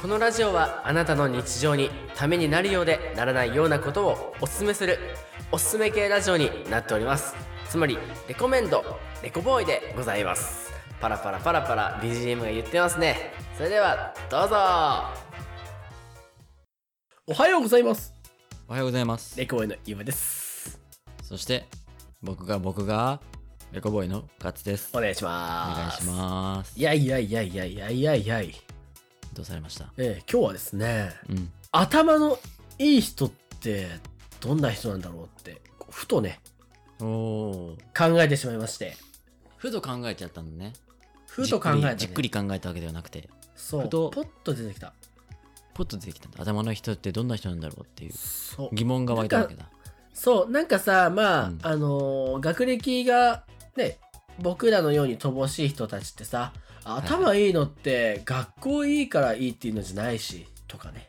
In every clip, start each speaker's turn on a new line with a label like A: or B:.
A: このラジオはあなたの日常にためになるようでならないようなことをおすすめするおすすめ系ラジオになっておりますつまりレコメンドレコボーイでございますパラパラパラパラ BGM が言ってますねそれではどうぞ
B: おはようございます。
C: おはようございます。
A: レコボーイのゆうまです
C: そして、僕が僕が、レコボーイのカツです。
A: お
C: お
A: 願いしま
C: 願い
A: す
C: します。
B: いやいやいやいやいやいやいやい。
C: どうされました
B: えー今日はですね、
C: うん。
B: 頭のいい人ってどんな人なんだろうって、こうふとね、
C: おー。
B: 考えてしまいまして。
C: ふと考えちゃったのね。
B: ふと考えた、ね、
C: じっくりじっくり考えたわけではなくて、
B: そう。
C: ふと
B: ポッと出てきた。
C: ポッと出てきたんだ。頭の人ってどんな人なんだろうっていう
B: そう。
C: 疑問が湧いたわけだ。
B: そう、なんかさ、まあ、
C: うん
B: あのー学歴が、ね、僕らのように乏しい人たちってさ、あ
C: い
B: 頭いいのって、学校いいからいいっていうのじゃないし、とかね、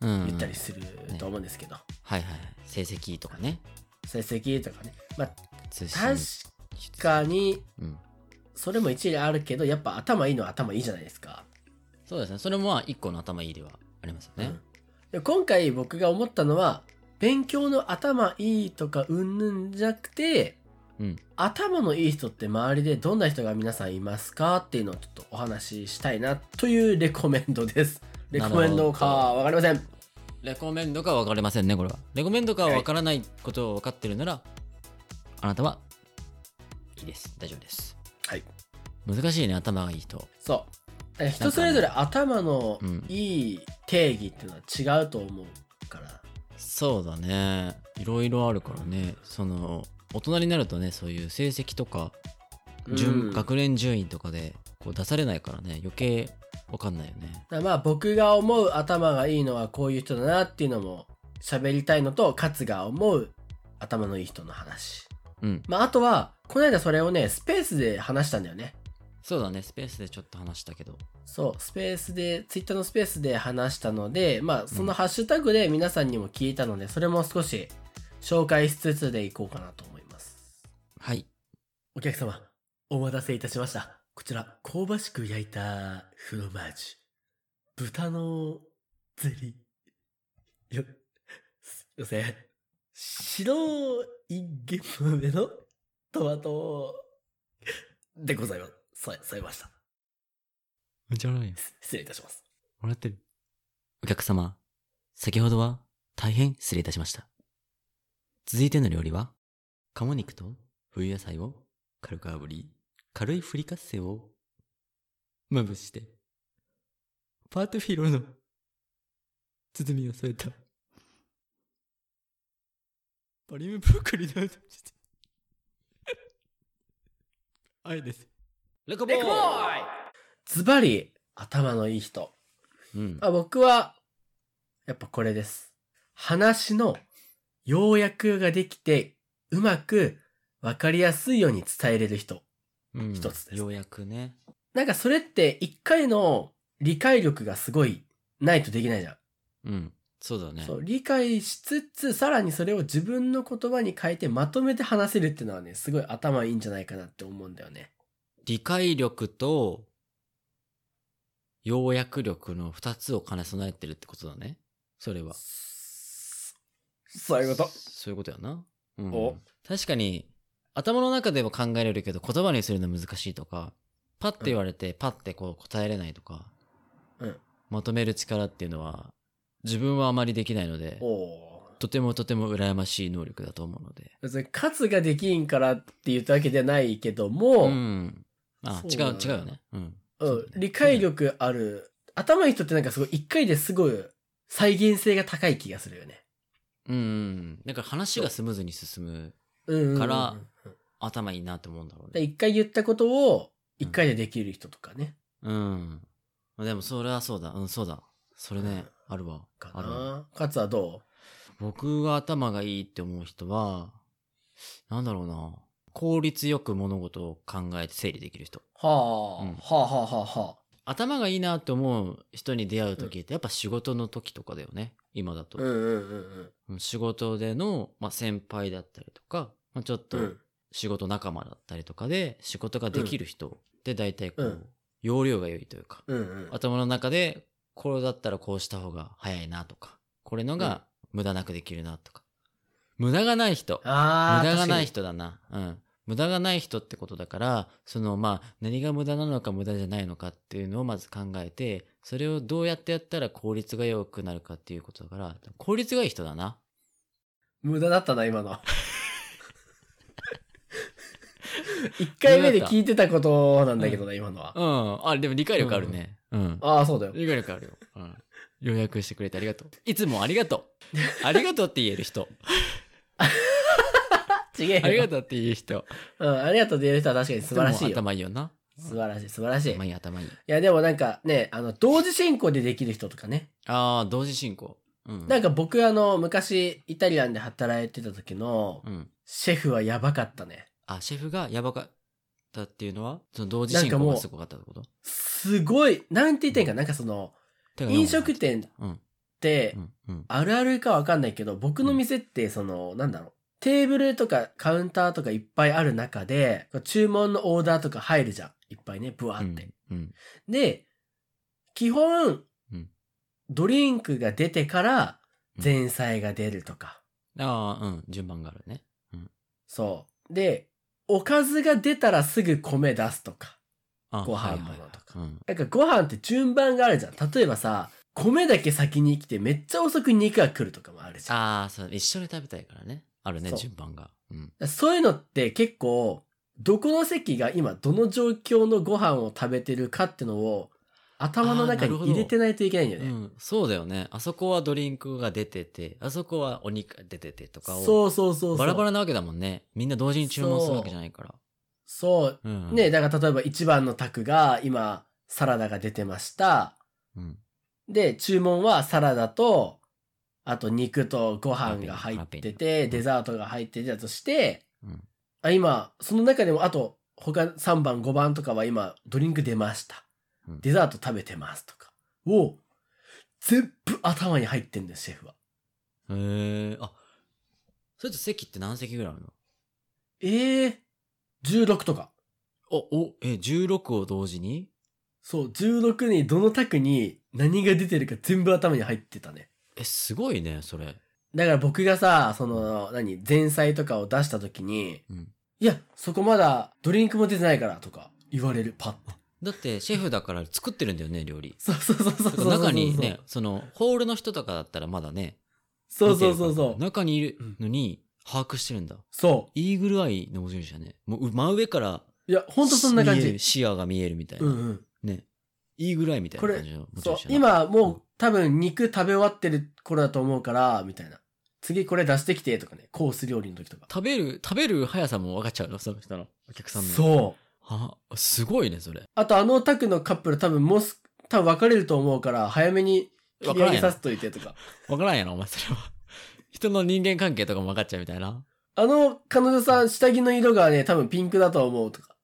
C: うん。
B: 言ったりすると思うんですけど、
C: はいはいはい。成績とかね。
B: 成績とかね。まあ、
C: 通信
B: 確かに、
C: うん。
B: それも一理あるけど、やっぱ頭いいのは頭いいじゃないですか。
C: そうですね。それもまあ、一個の頭いいではありますよね。
B: で今回僕が思ったのは、勉強の頭いいとかうんぬんじゃなくて、
C: うん。
B: 頭のいい人って周りでどんな人が皆さんいますかっていうのをちょっとお話ししたいなというレコメンドです。レコメンドかわかりません。
C: レコメンドかは分かりませんね、これは。レコメンドかは分からないことを分かってるなら、あなたはいいです。大丈夫です。
B: はい。
C: 難しいね、頭がいい人。
B: そう。だから人それぞれ頭のいい定義っていうのは違うと思うから。
C: そうだね。いろいろあるからね。その、大人になるとね、そういう成績とか、順
B: うん
C: 学年順位とかでこう出されないからね、余計分かんないよね。
B: だからまあ僕が思う頭がいいのはこういう人だなっていうのも喋りたいのと、勝が思う頭のいい人の話。
C: うん。
B: まああとは、この間それをね、スペースで話したんだよね。
C: そうだね、スペースでちょっと話したけど。
B: そう、スペースで、ツイッターのスペースで話したので、まあそのハッシュタグで皆さんにも聞いたので、それも少し紹介しつつでいこうかなと思います。
C: はい。
B: お客様、お待たせいたしました。こちら、香ばしく焼いたフロマージュ。豚のゼリー。よ、すいません。白いゲムめのトマトでございます。添え、添えました。
C: めちゃ笑いよ。
B: す失礼いたします。
C: 笑ってる。お客様、先ほどは大変失礼いたしました。続いての料理は、鴨肉と冬野菜を軽く炙り、軽いフリカッセをまぶして、パートフィロの包みを添えた、バリウムブロッコリーの味して、愛です。レコボーイ
B: ズバリ、頭のいい人。
C: うん。
B: あ僕は、やっぱこれです。話の要約ができて、うまくわかりやすいように伝えれる人。
C: うん
B: 一つですね
C: ようやくね。
B: なんかそれって一回の理解力がすごいないとできないじゃん。
C: うん。そうだね。
B: そう理解しつつ、さらにそれを自分の言葉に変えてまとめて話せるっていうのはね、すごい頭いいんじゃないかなって思うんだよね。
C: 理解力と、要約力の二つを兼ね備えてるってことだね。それは。
B: そういうこと。
C: そういうことやな。うん
B: お
C: 確かに、頭の中では考えれるけど、言葉にするの難しいとか、パッて言われて、パッてこう答えれないとか、
B: うん
C: まとめる力っていうのは、自分はあまりできないので、
B: おー
C: とてもとても羨ましい能力だと思うので。
B: 別に勝ができんからって言ったわけじゃないけども、
C: うん。あ、
B: そう
C: 違
B: だ
C: う
B: ね、
C: 違うよね。うん。
B: う
C: そうだ
B: ん
C: ね、
B: 理解力ある。頭いい人ってなんかすごい、一回ですごい再現性が高い気がするよね。
C: うんうん。だから話がスムーズに進む
B: うんうんうん。
C: から頭いいなって思うんだろう
B: で
C: ね。
B: 一回言ったことを、一回でできる人とかね。
C: うん。まあでもそれはそうだ。うん、そうだ。それね、あるわ。
B: か
C: あるわ。
B: な勝はど
C: 僕が頭がいいって思う人は、なんだろうな。効率よく物事を考えて整理できる人。
B: うはあ、
C: うん
B: はあはあはあはあ。
C: 頭がいいなって思う人に出会う時って、やっぱ仕事の時とかだよね。今だと
B: うん。うんうん
C: うん仕事での、まあ、先輩だったりとか、まあ、ちょっ
B: う
C: と
B: ん。うん。
C: 仕事仲間だったりとかで、仕事ができる人って大体こう、
B: うん
C: 容量が良いというか、
B: うんうん。
C: 頭の中でこれだったらこうした方が早いなとか、これのが無駄なくできるなとか。無駄がない人。
B: あ
C: 無
B: あ、
C: 駄が
B: 確か
C: な
B: に
C: い人だな。うん。無駄がない人ってことだから、そのまあ、何が無駄なのか無駄じゃないのかっていうのをまず考えて、それをどうやってやったら効率が良くなるかっていうことだから、効率がいい人だな。
B: 無駄だったな、今 の。一回目で聞いてたことなんだけどな、今のは。
C: うん。あ、でも理解力あるね。うん。
B: ああ、そうだよ。
C: 理解力あるよ。うん。予約してくれてありがとう。いつもありがとう。ありがとうって言え る人。
B: ちげ
C: あ
B: え
C: り
B: よ
C: が。とうって言う人。
B: うん、ありがとうって言える人は確かに素晴らしい
C: でも
B: よ。
C: 頭いいよな。
B: 素晴らしい、素晴らしい。い
C: 頭いい、頭いい。
B: や、でもなんかね、あの、同時進行でできる人とかね。
C: ああ、同時進行。うん。
B: なんか僕、あの、昔、イタリアンで働いてた時の、
C: うん。
B: シェフはやばかったね。
C: あ、シェフがやばかったっていうのは、その同時進行がすごかったってこと
B: すごい、なんて言ってんか、なんかその、
C: てか
B: 飲食店っ
C: うん。
B: て
C: う、ん。うん。
B: あるあるかわかんないけど、僕の店って、その、なんだろう。テーブルとかカウンターとかいっぱいある中で、注文のオーダーとか入るじゃん。いっぱいね、ブワーって。
C: うん。
B: で、基本、
C: うん
B: ドリンクが出てから、
C: うん
B: 前菜が出るとか。
C: ああ、うん。順番があるね。
B: そう。で、おかずが出たらすぐ米出すとか。
C: あ
B: ご飯
C: はいはい
B: ものとか
C: うん。
B: なんかご飯って順番があるじゃん。例えばさ、米だけ先に来てめっちゃ遅く肉が来るとかもあるじゃん。
C: ああ、そう。一緒に食べたいからね。あるね、
B: そう
C: 順番が。うん。
B: そういうのって結構、どこの席が今どの状況のご飯を食べてるかってのを頭の中
C: あーなる
B: に
C: ほど
B: 入れてないといけないんだよ
C: う
B: ね。
C: ん、そうだよね。あそこはドリンクが出てて、あそこはお肉が出ててとかを。
B: そうそうそうそう。
C: バラバラなわけだもんね。みんな同時に注文するわけじゃないから。
B: そう。
C: うん。
B: ねだから例えば1番の卓が今サラダが出てました。
C: うん。
B: で、注文はサラダと、あと肉とご飯が入っ
C: ハラペ
B: て
C: ーニョう
B: て、
C: ん
B: デザートが入ってたとして、
C: うん。
B: あ今、その中でもあと他3番、5番とかは今ドリンク出ました
C: うん。
B: デザート食べてますとか。を、全部頭に入ってんだよ、シェフは。
C: へえあ、それと席って何席ぐらいあるの
B: ええ16とか。
C: お、お、え、16を同時に
B: そう、16にどの卓に何が出てるか全部頭に入ってたね。
C: え、すごいね、それ。
B: だから僕がさ、その、何、前菜とかを出した時に、
C: うん
B: いや、そこまだドリンクも出てないからとか言われる、パッと。
C: だって、シェフだから作ってるんだよね、料理。
B: そうそうそうそう
C: だか
B: そう
C: ら中にね、その、ホールの人とかだったらまだね。
B: そうそうそうそ
C: 見てるから
B: う。
C: 中にいるのに、把握してるんだ。
B: そ
C: イーグルアイの持ち主だね。もう、真上から、
B: う。いや、ほんとそんな感
C: 見え
B: じ。
C: る視野が見えるみたいうな。
B: んうん。
C: ね。イーグルアイみたいな感じの持ち主だ
B: そう。
C: な
B: 今、もう多分肉食べ終わってる頃だと思うから、みたいな。次これ出してきて、とかね。コース料理の時とか。
C: 食べる、食べる速さも分かっちゃうのその人の、お客さんの。う。
B: そう。
C: あ、すごいね、それ。
B: あとあのタクのカップル多分もうす、多分別れると思うから、早めに切り上げさせといてとか。
C: 分からんやろ、お前それは。人の人間関係とかも分かっちゃうみたいな。
B: あの彼女さん、下着の色がね、多分ピンクだと思うとか。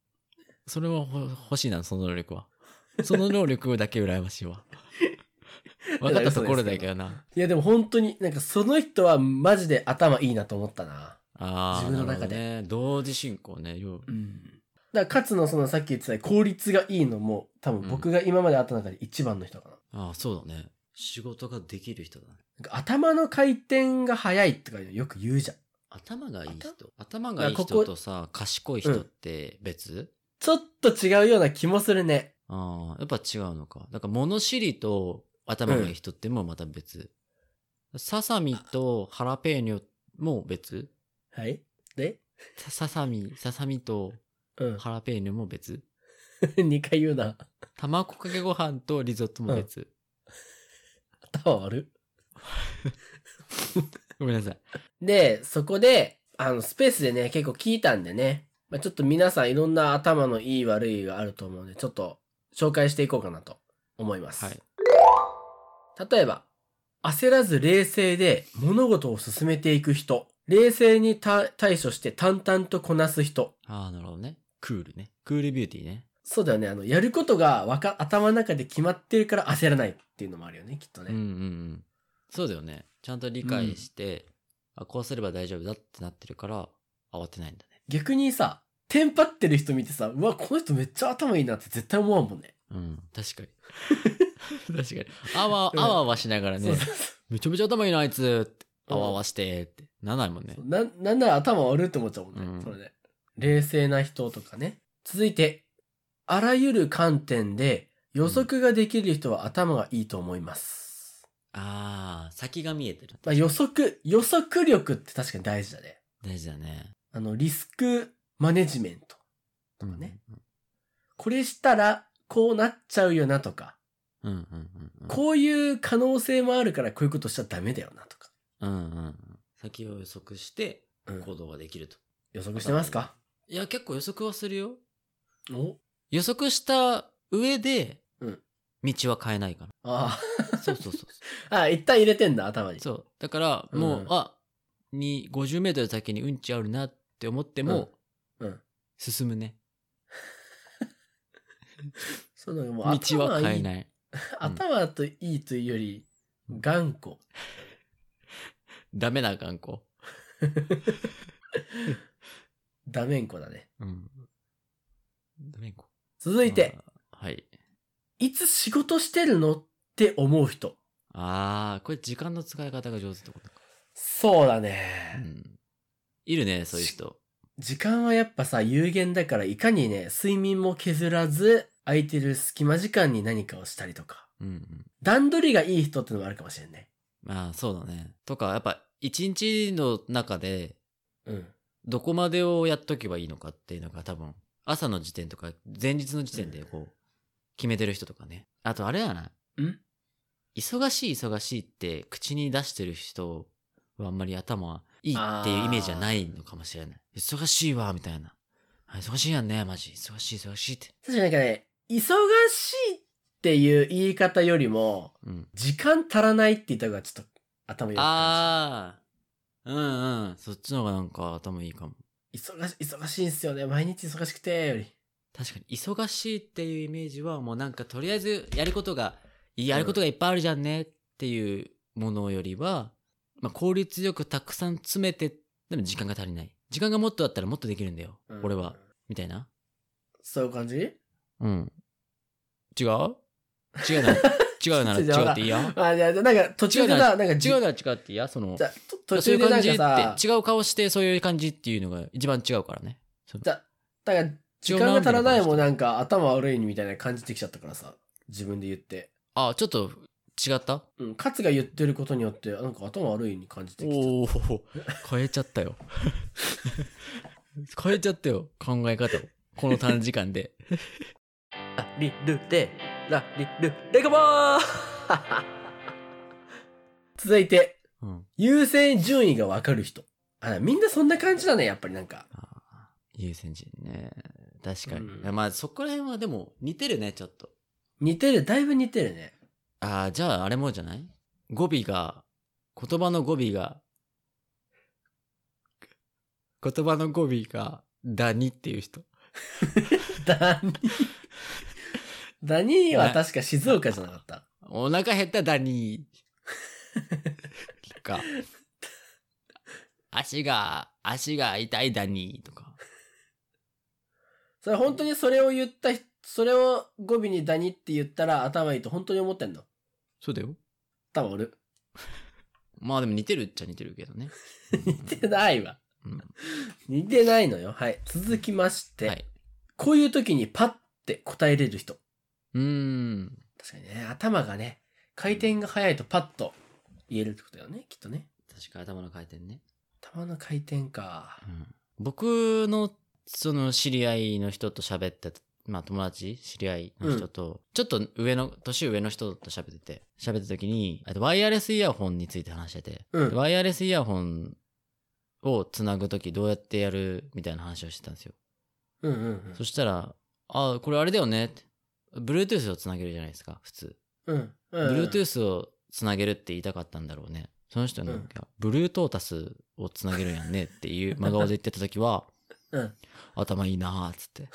C: それはほ欲しいな、その能力は。その能力だけ羨まし いわ。分かったところだけどな。
B: いやでも本当に、なんかその人はマジで頭いいなと思ったな。
C: ああ、
B: 自分の中で
C: なるほどね。同時進行ね。よう
B: うん。だから、勝のそのさっき言ってた効率がいいのも、多分僕が今まで会った中で一番の人かな。
C: ああ、そうだね。仕事ができる人だね。
B: なんか頭の回転が速いとかよく言うじゃん。
C: 頭がいい人
B: 頭
C: 頭がいい人
B: だからここと
C: さ、賢い人って別、
B: ちょっと違うような気もするね。
C: ああ、やっぱ違うのか。だから物知りと頭がいい人ってもうまた別。ささみとハラペーニョも別
B: はいで
C: さささみ、ささみと
B: うん。
C: ハラペーニョも別
B: 2回言うな。
C: 卵かけご飯とリゾットも別。
B: 頭悪
C: ごめんなさい。
B: いで、そこで、あの、スペースでね、結構聞いたんでね。まあ、ちょっと皆さんいろんな頭のいい悪いがあると思うので、ちょっと紹介していこうかなと思います。
C: はい。
B: 例えば、焦らず冷静で物事を進めていく人、冷静にた対処して淡々とこなす人。
C: ああ、なるほどね。クールね。クールビューティーね。
B: そうだよね。あの、やることがわか、頭の中で決まってるから焦らないっていうのもあるよね、きっと
C: うんうんう
B: ね。
C: ん。そうだよね。ちゃんと理解して、あ、こうすれば大丈夫だってなってるから、慌てないんだね。
B: 逆にさ、テンパってる人見てさ、うわ、この人めっちゃ頭いいなって絶対思わんもんね。
C: うん、確かに。 確かに。あわ、
B: でもね
C: あわあわしながらね
B: そう、そうそ
C: めちゃめちゃ頭いいな、あいつって。
B: うん
C: あわあわして、って。ならないもんね
B: う。。な、なんなら頭悪いって思っちゃうもんね。
C: うん
B: それで。冷静な人とかね。続いて、あらゆる観点で予測ができる人は頭がいいと思います。
C: あー、先が見えてる。
B: まあ予測、予測力って確かに大事だね。
C: 大事だね。
B: あの、リスクマネジメント。
C: と
B: かね。これしたら、こうなっちゃうよなとか、
C: うんうんうんうん。
B: こういう可能性もあるからこういうことしちゃダメだよなとか。
C: うんうんうん。先を予測して
B: うん
C: 行動ができると。
B: 予測してますか
C: いや、結構予測はするよ。
B: お
C: 予測した上で、
B: うん
C: 道は変えないか
B: あ
C: ら。そうそうそう そ
B: あ。あ、一旦入れてんだ、頭に。
C: う。そう。だから、もう、
B: うん
C: あ、に、50メートル先にうんちあるなって思っても、
B: うんうん
C: 進むね。
B: そのもう
C: 道は変え
B: い。
C: ない。
B: 頭といいというより、頑固。
C: ダメな頑固。
B: ダメンコだね。
C: うん。ダメか。
B: 続いて、
C: あー。はい。
B: いつ仕事してるのって思う人。
C: あー、これ時間の使い方が上手ってことか。
B: そうだ
C: う
B: ね。
C: ん。いるね、そういう人。
B: 時間はやっぱさ、有限だから、いかにね、睡眠も削らず、空いてる隙間時間に何かをしたりとか。
C: うんうん。
B: 段取りがいい人ってのもあるかもしれない。
C: まあ、そうだね。とか、やっぱ、一日の中で、
B: うん。
C: どこまでをやっとけばいいのかっていうのが多分、朝の時点とか、前日の時点でこう、決めてる人とかね。あと、あれやな。
B: ん
C: 忙しい忙しいって口に出してる人はあんまり頭いいっていうイメージはないのかもしれない。忙しいわ、みたいな。あ忙しいやんね、マジ。忙しい忙しいって。
B: 確かになんかね、忙しいっていう言い方よりも、
C: うん。
B: 時間足らないって言った方がちょっと頭良く感
C: ああー。うんうん。そっちの方がなんか頭いいかも。
B: じる。忙し、忙しいんすよね。毎日忙しくて、より。
C: 確かに忙しいっていうイメージはもうなんかとりあえずやることがやることがいっぱいあるじゃんねっていうものよりは、まあ、効率よくたくさん詰めてでも時間が足りない時間がもっとあったらもっとできるんだよ、
B: うん
C: 俺は。みたいな
B: そういう感じ
C: うん 違う違うな違うなら違うっていいや
B: あ、じゃあ、じゃあなんか途中で
C: 違
B: な、なんか
C: 違
B: じ
C: うなら違うっていいやその
B: じゃあと途
C: そうい
B: 中
C: う
B: でな
C: 感
B: ん
C: じ
B: かさ
C: っ、て違う顔してそういう感じっていうのが一番違うからねその
B: じゃだから時間が足らないもんなんか頭悪いみたいな感じてきちゃったからさ、自分で言って。
C: あちょっと違った
B: うん、勝が言ってることによって、なんか頭悪いに感じてきちゃった。
C: おお変えちゃったよ 変えちゃったよ考え方をこの短時間 で
A: ラリルでラリルレゴボー
B: 続いて、
C: うん
B: 優先順位がわかる人。あ、みんなそんな感じだね、やっぱりなんか。
C: あー優先順位ね確かに、
B: うん
C: まあそこら辺はでも似てるねちょっと
B: 似てる、だいぶ似てるね。
C: ああじゃああれもじゃない語尾が言葉の語尾が 言葉の語尾が「だに」っていう人
B: ダ ニー。ダニーは確か静岡じゃなかった。
C: お腹減っただにか。足が、足が痛いだにとか。
B: それ本当にそれを言った人、それを語尾にダニって言ったら頭いいと本当に思ってんの
C: そうだよ。
B: 多分俺。
C: まあでも似てるっちゃ似てるけどね。
B: 似てないわ。
C: うん
B: 似てないのよ。はい。続きまして、
C: はい。
B: こういう時にパッて答えれる人。
C: うーん。
B: 確かにね、頭がね、回転が速いとパッと言えるってことだよね、きっとね。
C: 確か頭の回転ね。
B: 頭の回転か。
C: 僕の、その知り合いの人と喋ってた、まあ友達、知り合いの人と、ちょっと上の、年上の人と喋ってて、喋った時に、あとワイヤレスイヤホンについて話してて、
B: うん。
C: ワイヤレスイヤホンをつなぐときどうやってやるみたいな話をしてたんですよ。
B: うんうんうん
C: そしたら、あ、これあれだよねって。Bluetooth をつなげるじゃないですか、普通。
B: うん。うんうん。
C: Bluetooth をつなげるって言いたかったんだろうね。その人が、
B: うん
C: いやブルートータスをつなげるんやんねっ ていう真顔で言ってたときは、
B: うん
C: 頭いいなーっつって。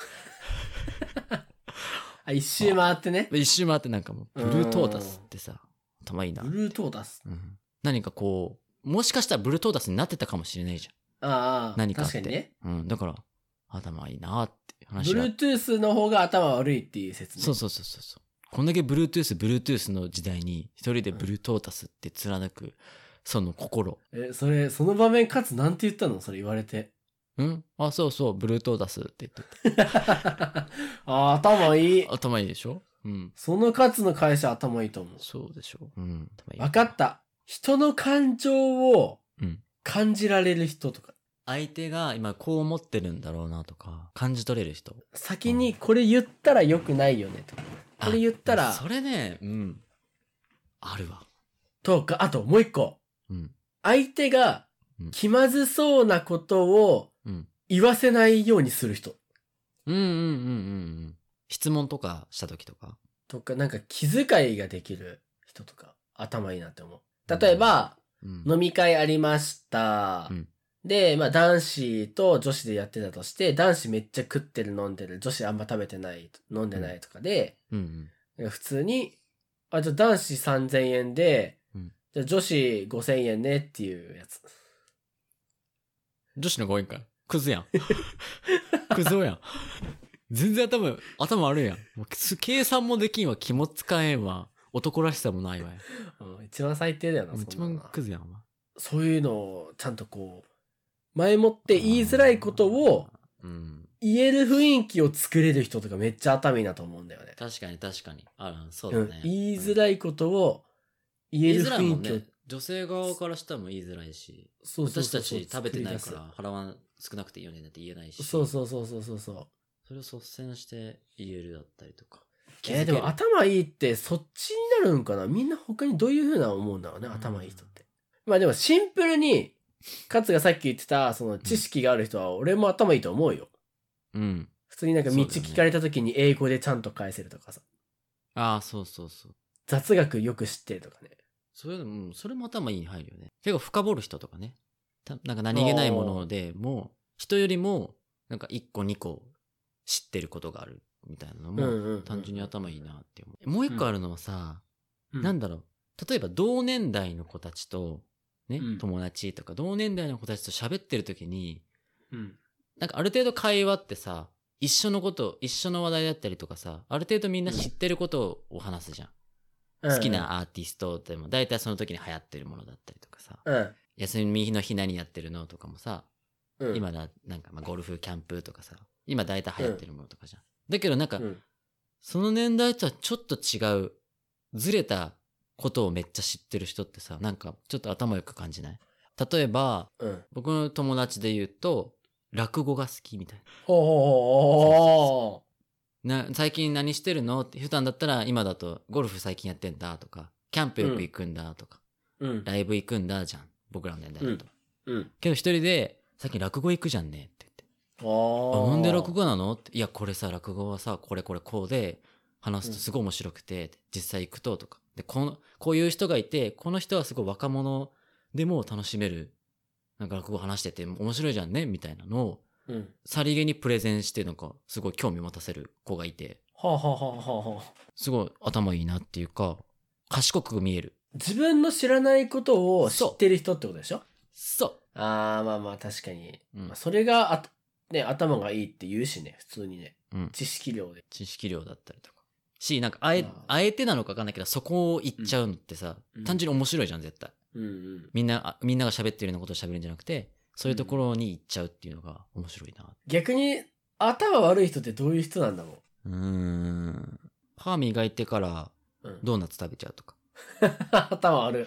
B: あ、一周回ってね。
C: で一周回ってなんかもう、ブルートータスってさ、頭いいな
B: ブ。ルートータス。
C: うん何かこう、もしかしたらブルートータスになってたかもしれないじゃん。
B: ああ、
C: 何かあっ
B: 確
C: て
B: かにね。
C: うん、だから、頭いいなって話が。
B: Bluetooth の方が頭悪いっていう説ね。
C: そうそうそうそうそう。こんだけ Bluetooth、Bluetooth の時代に、一人でブルートータスって貫く、その心。
B: え、それ、その場面かつなんて言ったのそれ言われて。
C: うんあ、そうそう、ブルートータスって言って
B: あー頭いい
C: た。。頭いいでしょうん。
B: そのカツの会社頭いいと思う。
C: そうでしょう。うん。頭いい
B: わかった。人の感情を
C: うん
B: 感じられる人とか。
C: 相手が今こう思ってるんだろうなとか、感じ取れる人。
B: 先にこれ言ったら良くないよねとか。
C: あ
B: これ言ったら
C: それね、うん。あるわ。
B: とか、あともう一個。
C: うん。
B: 相手が
C: うん
B: 気まずそうなことを
C: うん。
B: 言わせないようにする人。
C: うんうんうんうんうん。質問とかした時とか。
B: とか、なんか気遣いができる人とか、頭いいなって思う。例えば、
C: うん。
B: 飲み会ありました。
C: うん
B: で、まあ男子と女子でやってたとして、男子めっちゃ食ってる飲んでる、女子あんま食べてない、飲んでないとかで、
C: うんうん。
B: 普通に、あ、じゃあ男子3000円で、
C: うん
B: じゃあ女子5000円ねっていうやつ。
C: 女子のご縁か。クズやん。クズ男やん。全然頭、頭悪いやん。もうす計算もできんわ、気も使えんわ。男らしさもないわや。
B: うん一番最低だよな、
C: もう一
B: そんなの
C: 番
B: な
C: クズやん、お前。
B: そういうのをちゃんとこう、前もって言いづらいことを
C: うん。
B: 言える雰囲気を作れる人とかめっちゃ頭いいなと思うんだよね。
C: 確かに確かに。あるそう
B: う
C: だ
B: ん
C: ね。、
B: 言いづらいことを言え
C: 言い
B: る
C: づらいも
B: 雰
C: ん
B: 囲気を、
C: ね。女性側からしたらもう言いづらいし。
B: そうそう
C: 私
B: そう
C: た
B: そう
C: ち食べてないか
B: 作
C: ら払わん少なくていいよねなんて言えない
B: り出
C: し。
B: すそうそうそうそうそうそう。
C: それを率先して言えるだったりとか。
B: えーでも
C: あ
B: 頭いいってそっちになるんかなみんな他にどういうふうな思うんだろうね、
C: うん
B: 頭いい人って。まあでもシンプルに、カツがさっき言ってた、その知識がある人は俺も頭いいと思うよ。
C: うん。
B: 普通になんか道
C: そうだよね
B: 聞かれた時に英語でちゃんと返せるとかさ。
C: ああ、そうそうそう。
B: 雑学よく知ってるとかね。
C: そういうのも、うんそれも頭いいに入るよね。結構深掘る人とかね。たなんか何気ないものでも、人よりも、なんか1個2個知ってることがあるみたいなの
B: うん
C: も、
B: うんうん
C: 単純に頭いいなって思う。もう一個あるのはさ、
B: うん
C: なんだろう。例えば同年代の子たちと、ね、
B: うん
C: 友達とか、同年代の子たちと喋ってる時に、
B: うん。
C: なんかある程度会話ってさ、一緒のこと、一緒の話題だったりとかさ、ある程度みんな知ってることを話すじゃん。好きなアーティストでも、だいたいその時に流行ってるものだったりとかさ、
B: うん。
C: 休みの日何やってるのとかもさ、
B: うん。
C: 今だ、なんかまあゴルフ、キャンプとかさ、今だいたい流行ってるものとかじゃん。だけどなんか
B: う、ん。
C: その年代とはちょっと違う、ずれたことをめっちゃ知ってる人ってさ、なんかちょっと頭よく感じない例えば、
B: うん。
C: 僕の友達で言うと、落語が好きみたいな。
B: ほうほ
C: な最近何してるのって普段だったら今だとゴルフ最近やってんだとかキャンプよく行くんだとか、
B: うほうほう。うん。
C: ライブ行くんだじゃん僕らの年代だと、
B: うん。
C: けど一人で最近落語行くじゃんねって
B: あ
C: 言ってあ
B: ー
C: なんで落語なのっていやこれさ落語はさこれこれこうで話すとすごい面白くて、実際行くととかでこのこういう人がいてこの人はすごい若者でも楽しめるなんか落語話してて面白いじゃんねみたいなのを
B: うん。
C: さりげにプレゼンしてなんかすごい興味持たせる子がいて
B: はあ、はあはあはあはあ、
C: すごい頭いいなっていうか、賢く見える。
B: 自分の知らないことを知ってる人ってことでしょ
C: そ
B: ああ、まあまあ確かに。
C: う、うん
B: まあ、それがあ、ね、頭がいいって言うしね、普通にね。
C: うん
B: 知識量で。
C: 知識量だったりとか。し、なんかあえ
B: あ、
C: あえてなのかわかんないけど、そこを言っちゃうのってさ、
B: うん
C: 単純に面白いじゃん、絶対。
B: うんうん。
C: みんな、あみんなが喋ってるようなことを喋るんじゃなくて、そういうところに行っちゃうっていうのが面白いな。
B: 逆に、頭悪い人ってどういう人なんだろ
C: うーん。歯磨いてから
B: う。うん。
C: ドーナツ食べちゃうとか。
B: 頭悪い。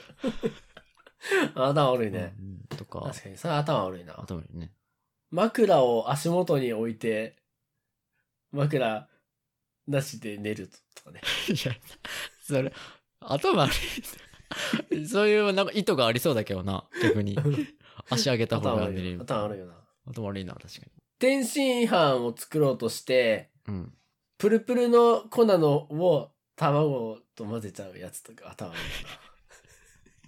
B: 頭悪いね。
C: うんとか
B: 確、かに、それは頭悪いな。
C: 頭いいね。
B: 枕を足元に置いて、枕なしで寝るとかね。
C: いや、それ、頭悪い。そういう、なんか 意図がありそうだけどな、逆に。足上げた方
B: 頭
C: が
B: 悪
C: 寝れ
B: い
C: る
B: よ。。頭悪いよな。
C: 頭悪いな、確か
B: 天津飯を作ろうとして、
C: に。うん。
B: プルプルの粉のを卵と混ぜちゃうやつとか頭悪いよな。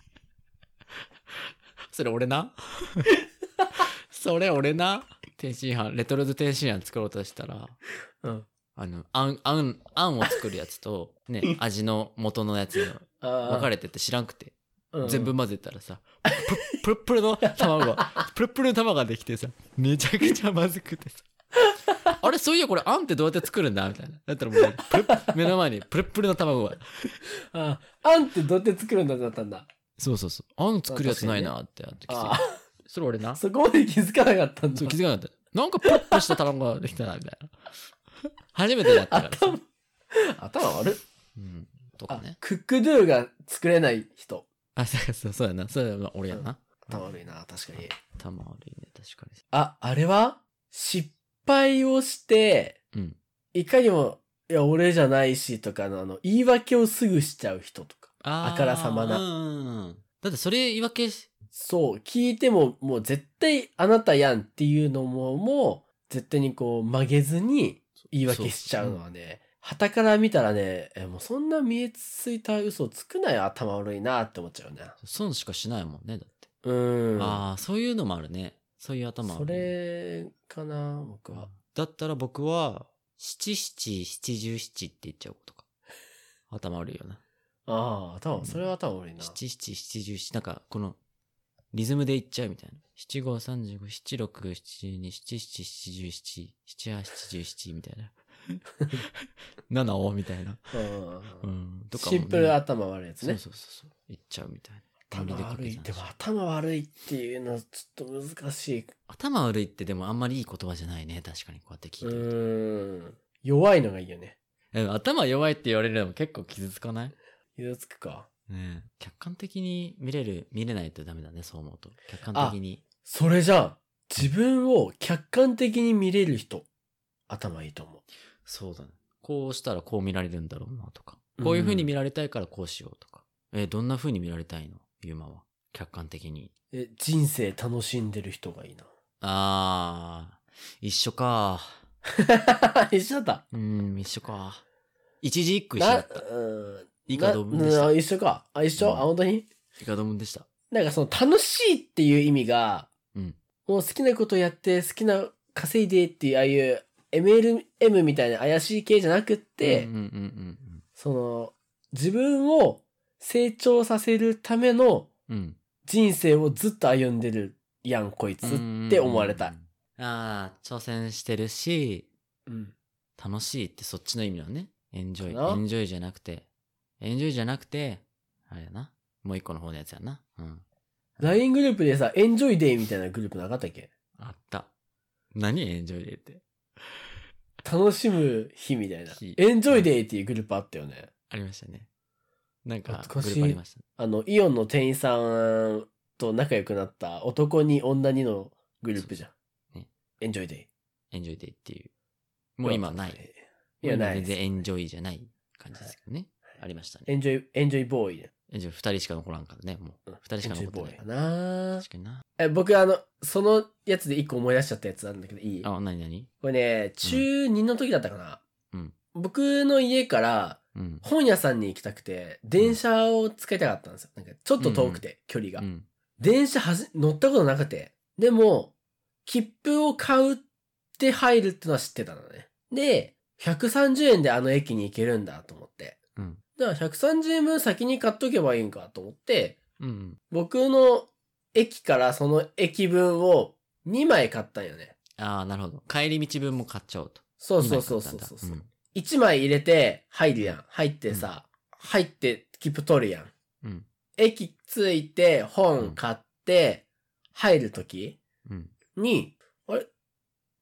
C: それ 俺なそれ俺な天津飯、レトルト天津飯作ろうとしたら、
B: うん
C: あの、あん、あん、あんを作るやつと、ね、味の元のやつが分か
B: れ、
C: れてて知らんくて、
B: うん
C: 全部混ぜたらさ、プルプルプルの卵が、プルプルの卵ができてさ、めちゃくちゃまずくてさ、あれ、そういや、これ、あんってどうやって作るんだみたいな。だったらもう、プルッ目の前に、プルップルの卵が。
B: あ、あんってどうやって作るんだってなったんだ。
C: そうそうそう。あん作るやつないなってなってきて。
B: あ
C: それ俺な
B: あ、。そこまで気づかなかったん
C: そう、
B: だ
C: 気。づかなかった。なんかプルッとした卵ができたな、みたいな。初めてだったからさ。
B: 頭悪っ。
C: うん。とか
B: あ
C: ね、。
B: クックドゥが作れない人。
C: あ、そうそう、そうやな。そうやな。俺やな。
B: 頭悪いな、確かに。
C: 頭悪いね、確か
B: あ、あれは失敗をして、
C: に。うん。
B: いかにも、いや、俺じゃないしとかの、あの、言い訳をすぐしちゃう人とか。
C: あー
B: あからさまな
C: うんうんうん。だってそれ言い訳し、
B: そう、聞いても、もう絶対あなたやんっていうのも、もう、絶対にこう曲げずに言い訳しちゃうのはね、旗から見たらね、えもうそんな見えついた嘘つくなよ、頭悪いなって思っちゃうね。
C: 損しかしないもんね、だって。
B: うーん。
C: ああ、そういうのもあるね。そういう頭あ
B: そ
C: るね、
B: れかな、僕は。
C: だったら僕は、七七七十七って言っちゃうことか。頭悪いよな。
B: ああ、頭、それは頭悪いな。
C: 七七七十七、なんかこの、リズムで言っちゃうみたいな。七五三十五、七六七二、七七七十七、七八七十七み たいな。七をみたいな。
B: うん
C: うん。とかも
B: シ
C: ね
B: ンプル頭悪いやつ
C: そう
B: ね。
C: そうそうそう。言っちゃうみたいな。
B: 頭悪い。
C: っ
B: で
C: て
B: も頭悪いっていうのはちょっと難しい。
C: 頭悪いってでもあんまりいい言葉じゃないね。確かにこうやって聞
B: う
C: いてると
B: ーん。弱いのがいいよね。
C: え頭弱いって言われるのも結構傷つかない
B: 傷つくか。
C: ねえ客観的に見れる、見れないとダメだね、そう思うと。客観的に。
B: それじゃん。自分を客観的に見れる人。頭いいと思う。
C: そうだね。こうしたらこう見られるんだろうなとか。こういう風に見られたいからこうしようとか。え、どんな風に見られたいのユーマは。客観的に。
B: え、人生楽しんでる人がいいな。
C: あー、一緒か。
B: 一緒だっ
C: うん、一緒か。一字一句
B: た。
C: 一緒だ
B: な
C: っ、た。
B: うん。
C: イカドブでし
B: な
C: た
B: な。一緒か。あ、一緒、
C: うん
B: あ、本当に
C: イカドムでした。
B: なんかその楽しいっていう意味が、
C: うん
B: もう好きなことやって、好きな稼いでっていう、ああいう MLM みたいな怪しい系じゃなくって、
C: うんうんうん
B: その、自分を成長させるための
C: うん。うん。
B: 人生をずっと歩んでるやん、こいつって思われたい。
C: うん。あー、挑戦してるし、
B: うん。
C: 楽しいってそっちの意味なのね。エンジョイ。
B: かな
C: エンジョイじゃなくて。エンジョイじゃなくて、あれやな。もう一個の方のやつやな。うん。
B: LINE グループでさ、エンジョイデイみたいなグループなかったっけ
C: あった。何エンジョイデーって。
B: 楽しむ日みたいな
C: 日。
B: エンジョイデイっていうグループあったよね。
C: ありましたね。なんか、グ
B: 懐
C: ル
B: かしい
C: ープありましたね。
B: あの、イオンの店員さんと仲良くなった男に女にのグループじゃん。
C: そうね
B: エンジョイデイ。
C: エンジョイデーっていう。もう今ない。。
B: いや、
C: もう今
B: ない
C: 全
B: です。
C: 然エンジョイじゃない感じですけどね。ありました
B: エ
C: ね。
B: ンジョイ、エンジョイボーイね。
C: エンジョイ二人しか残らんからね。も
B: う
C: う
B: ん、
C: 二人しか残っ
B: エ
C: てな
B: ンジョイボーイ
C: い
B: か。な
C: 確かにな。
B: え、僕、あの、そのやつで一個思い出しちゃったやつなんだけど、いい
C: あ、なになに
B: これね、中2の時だったかな。
C: うん
B: 僕の家から
C: うん。
B: 本屋さんに行きたくて、電車を使いたかったんですよ。なんかちょっと遠くて、距離が。
C: うん。
B: 電車はじ乗ったことなくて。でも、切符を買うって入るってのは知ってたのね。で、130円であの駅に行けるんだと思って。
C: うん。
B: だから130円分先に買っとけばいいんかと思って、
C: うん。
B: 僕の駅からその駅分を2枚買ったんよね。
C: ああ、なるほど。帰り道分も買っちゃおうと。
B: そうそうそうそうそうそう。
C: 今買ったんだ
B: 1枚入れて入るやん。入ってさ、入って切符取るやん。
C: うん。うん
B: 駅着いて本買って入るとき
C: うん。
B: に、あれ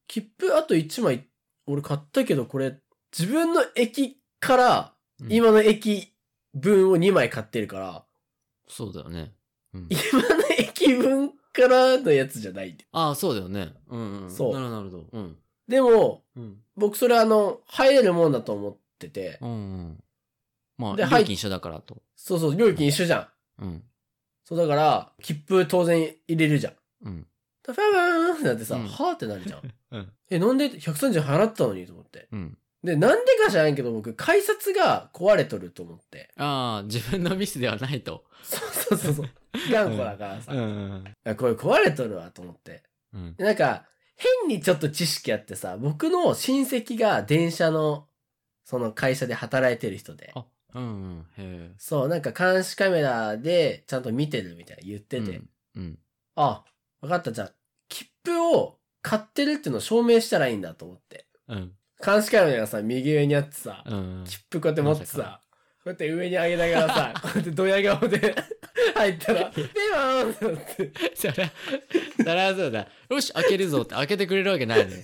B: 切符あと1枚俺買ったけどこれ自分の駅から
C: うん、
B: 今の駅分を2枚買ってるから、
C: そうだよね。うん、
B: 今の駅分からのやつじゃない。
C: ああ、そうだよね。うん、うん。
B: そう
C: なるほど、なるほど。うん。
B: でも、
C: うん。
B: 僕それあの、入れるもんだと思ってて、
C: うん、うん。まあ、
B: で
C: 料
B: はい
C: 金一緒だからと。
B: そうそう、料金一緒じゃん。
C: うん。
B: そうだから、切符当然入れるじゃん。
C: うん。
B: ファーンってなってさ、
C: うん
B: はーってなるじゃん。
C: うん。
B: え、なんで130円払ったのにと思って。
C: うん。
B: で、なんでか知らんけど僕、改札が壊れとると思って。
C: ああ、自分のミスではないと。
B: そうそうそうそう。頑固だからさ。
C: ん。
B: あこれ壊れとるわと思って。
C: うん。
B: でなんか、変にちょっと知識あってさ、僕の親戚が電車の、その会社で働いてる人で。
C: あ、うん、うん。へえ。
B: そう、なんか監視カメラでちゃんと見てるみたいな言ってて。
C: うん。うん。
B: あ、わかった。じゃあ、切符を買ってるっていうのを証明したらいいんだと思って。
C: うん。
B: 監視カメラがさ、右上にあってさ、
C: うん。
B: 切符こうやって持って
C: まさ
B: さ、こうやって上に上げながらさ、こうやってドヤ顔で 入ったら、ピーンってなって、
C: そりゃ、そりゃそうだ。よし、開けるぞって開けてくれるわけない のよ。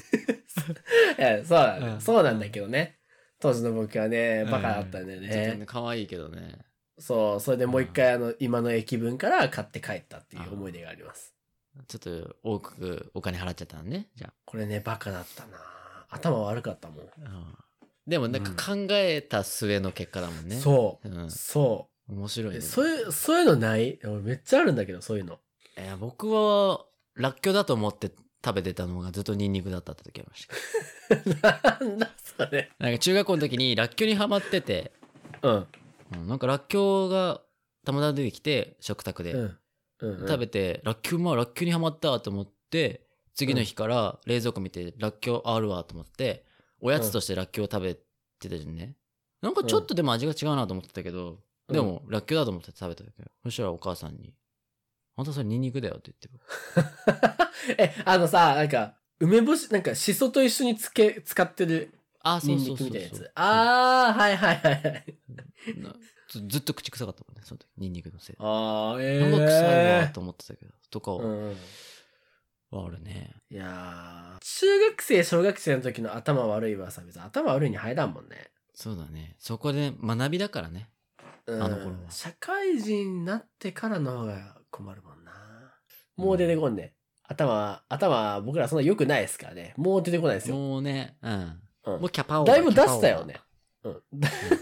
B: いやそうだね、
C: うん
B: そうなんだけどね。当時の僕はね、バカだったんだよ
C: ちょっと
B: ね。
C: ね可愛いけどね。
B: そう、それでもう一回あの、今の駅分から買って帰ったっていう思い出があります。
C: ちょっと多くお金払っちゃったのね。じゃ
B: これね、バカだったな頭悪かったもん。
C: あ。でもなんか考えた末の結果だもんね。。
B: そう
C: ん
B: う、。そ
C: 面白
B: う。
C: い
B: え
C: ね。
B: そういう、そういうのない俺めっちゃあるんだけど、そういうの。
C: えー僕は、らっきょうだと思って食べてたのがずっとニンニクだったって時あり ました。
B: なんだそれ。
C: なんか中学校の時にらっきょうにハマってて、
B: うん。
C: うんなんからっきょうがたまたま出てきて、食卓で。
B: うん。うん、
C: 食べて、らっきょうまあらっきょうにハマったと思って、次の日から冷蔵庫見て、らっきょうあるわと思って、おやつとしてらっきょうを食べてたじゃんね。なんかちょっとでも味が違うなと思ってたけど、
B: うん
C: でも、らっきょうだと思って食べたけど、そしたらお母さんに、あんたそれニンニクだよって言って、
B: え、あのさ、なんか、梅干し、なんか、しそと一緒につけ、使ってる
C: あ、そ
B: ニ
C: う
B: ン
C: そ
B: ニ
C: うそ
B: クみ
C: う
B: たいなや
C: そう
B: つ。あー、はいはいはいはい。
C: なずずっと口臭かったもんね、その時。ニンニクのせいで。
B: あー、え
C: な
B: ー。
C: んか臭いわと思ってたけど、とか
B: う
C: は
B: ん。
C: あるね。
B: いやー、中学生、小学生の時の頭悪いはさ、別に頭悪いに入らんもんね。
C: そうだね。そこで学びだからね。
B: うん、
C: あの頃は
B: 社会人になってからの方が困るもんな。もう出てこんね。頭、頭、僕らそんな良くないですからね。もう出てこないですよ。
C: もうね、うん。
B: うん
C: もうキャパオーバ
B: だ
C: ー。
B: いぶ出したよね。うん。
C: キャパオーバー。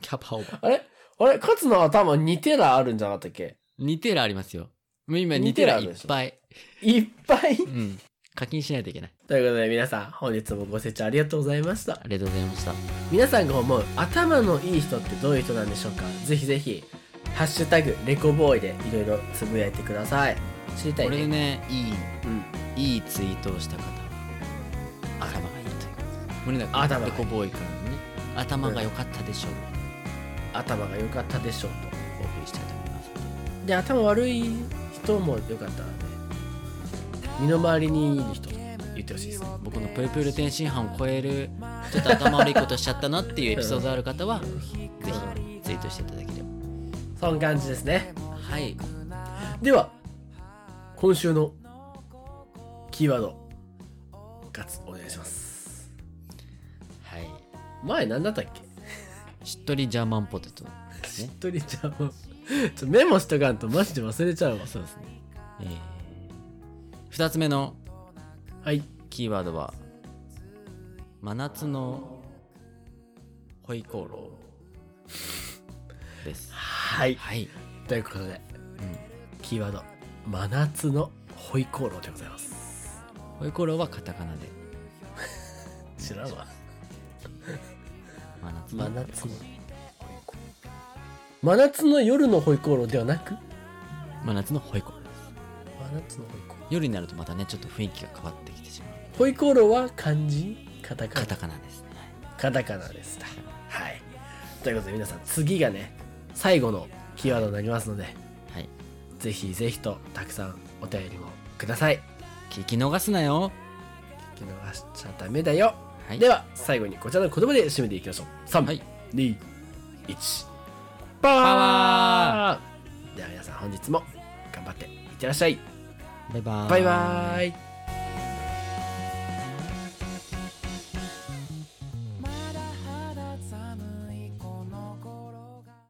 C: キャパオーバー。
B: あれあれ勝つの頭2テラあるんじゃなかったっけ
C: 2テラありますよ。もう今2
B: 2
C: テ
B: テラ
C: ラ
B: あ
C: い
B: るで
C: っ
B: しょ
C: ぱい。
B: いっぱい。
C: うん。課金しないといけない。
B: ということで皆さん、本日もご清聴ありがとうございました。
C: ありがとうございました。
B: 皆さんが思う頭のいい人ってどういう人なんでしょうかぜひぜひ、ハッシュタグ、レコボーイでいろいろつぶやいてください。知りたい
C: これで
B: ね。
C: ね、
B: う
C: い
B: ん。
C: い、いいツイートをした方は、頭がいいということで。胸
B: 頭が
C: 中
B: い
C: で
B: い
C: こボーイからのね、頭が良かったでしょう。
B: 頭が良かったでしょう
C: お送りしたいと思います。
B: と。で、頭悪い人も良かったらね、身の回りにいる人言ってほしいですね。
C: 僕のプルプル天津飯を超えるちょっと頭悪いことしちゃったなっていうエピソードある方はぜひツイートしていただければ
B: そんな感じですね。
C: はい
B: では、今週のキーワード、ガツお願いします。
C: はい
B: 前何だったっけ
C: しっとりジャーマンポテトです
B: し
C: ね
B: っとりちゃんをちょメモしとかんとマジで忘れちゃうわ
C: そうですねえー、2つ目の
B: はい
C: キーワードは真夏のホイコーローです
B: はい
C: はい、
B: ということで
C: うん、
B: キーワード「真夏のホイコーロー」でございます
C: ホイコーローはカタカナで
B: 知らんわ
C: 真夏の
B: 真夏の真夏の夜のホイコーローではなく
C: 真夏のホイコーローです
B: 真夏のホイコーロ
C: 夜になるとまたねちょっと雰囲気が変わってきてしまう
B: ーホイコーローは漢字カタカ
C: カ
B: ナ
C: タカナですね
B: カタカナでしたはいということで皆さん次がね最後のキーワードになりますので
C: はい
B: ぜひぜひとたくさんお便りもください
C: 聞き逃すなよ
B: 聞き逃しちゃダメだよ
C: はい
B: では最後にこちらの言葉で締めていきましょう321、
C: はい
B: パ
C: ワ
B: ーでは皆さん本日も頑張っていってらっしゃい
C: バイバーイ
B: バイバーイ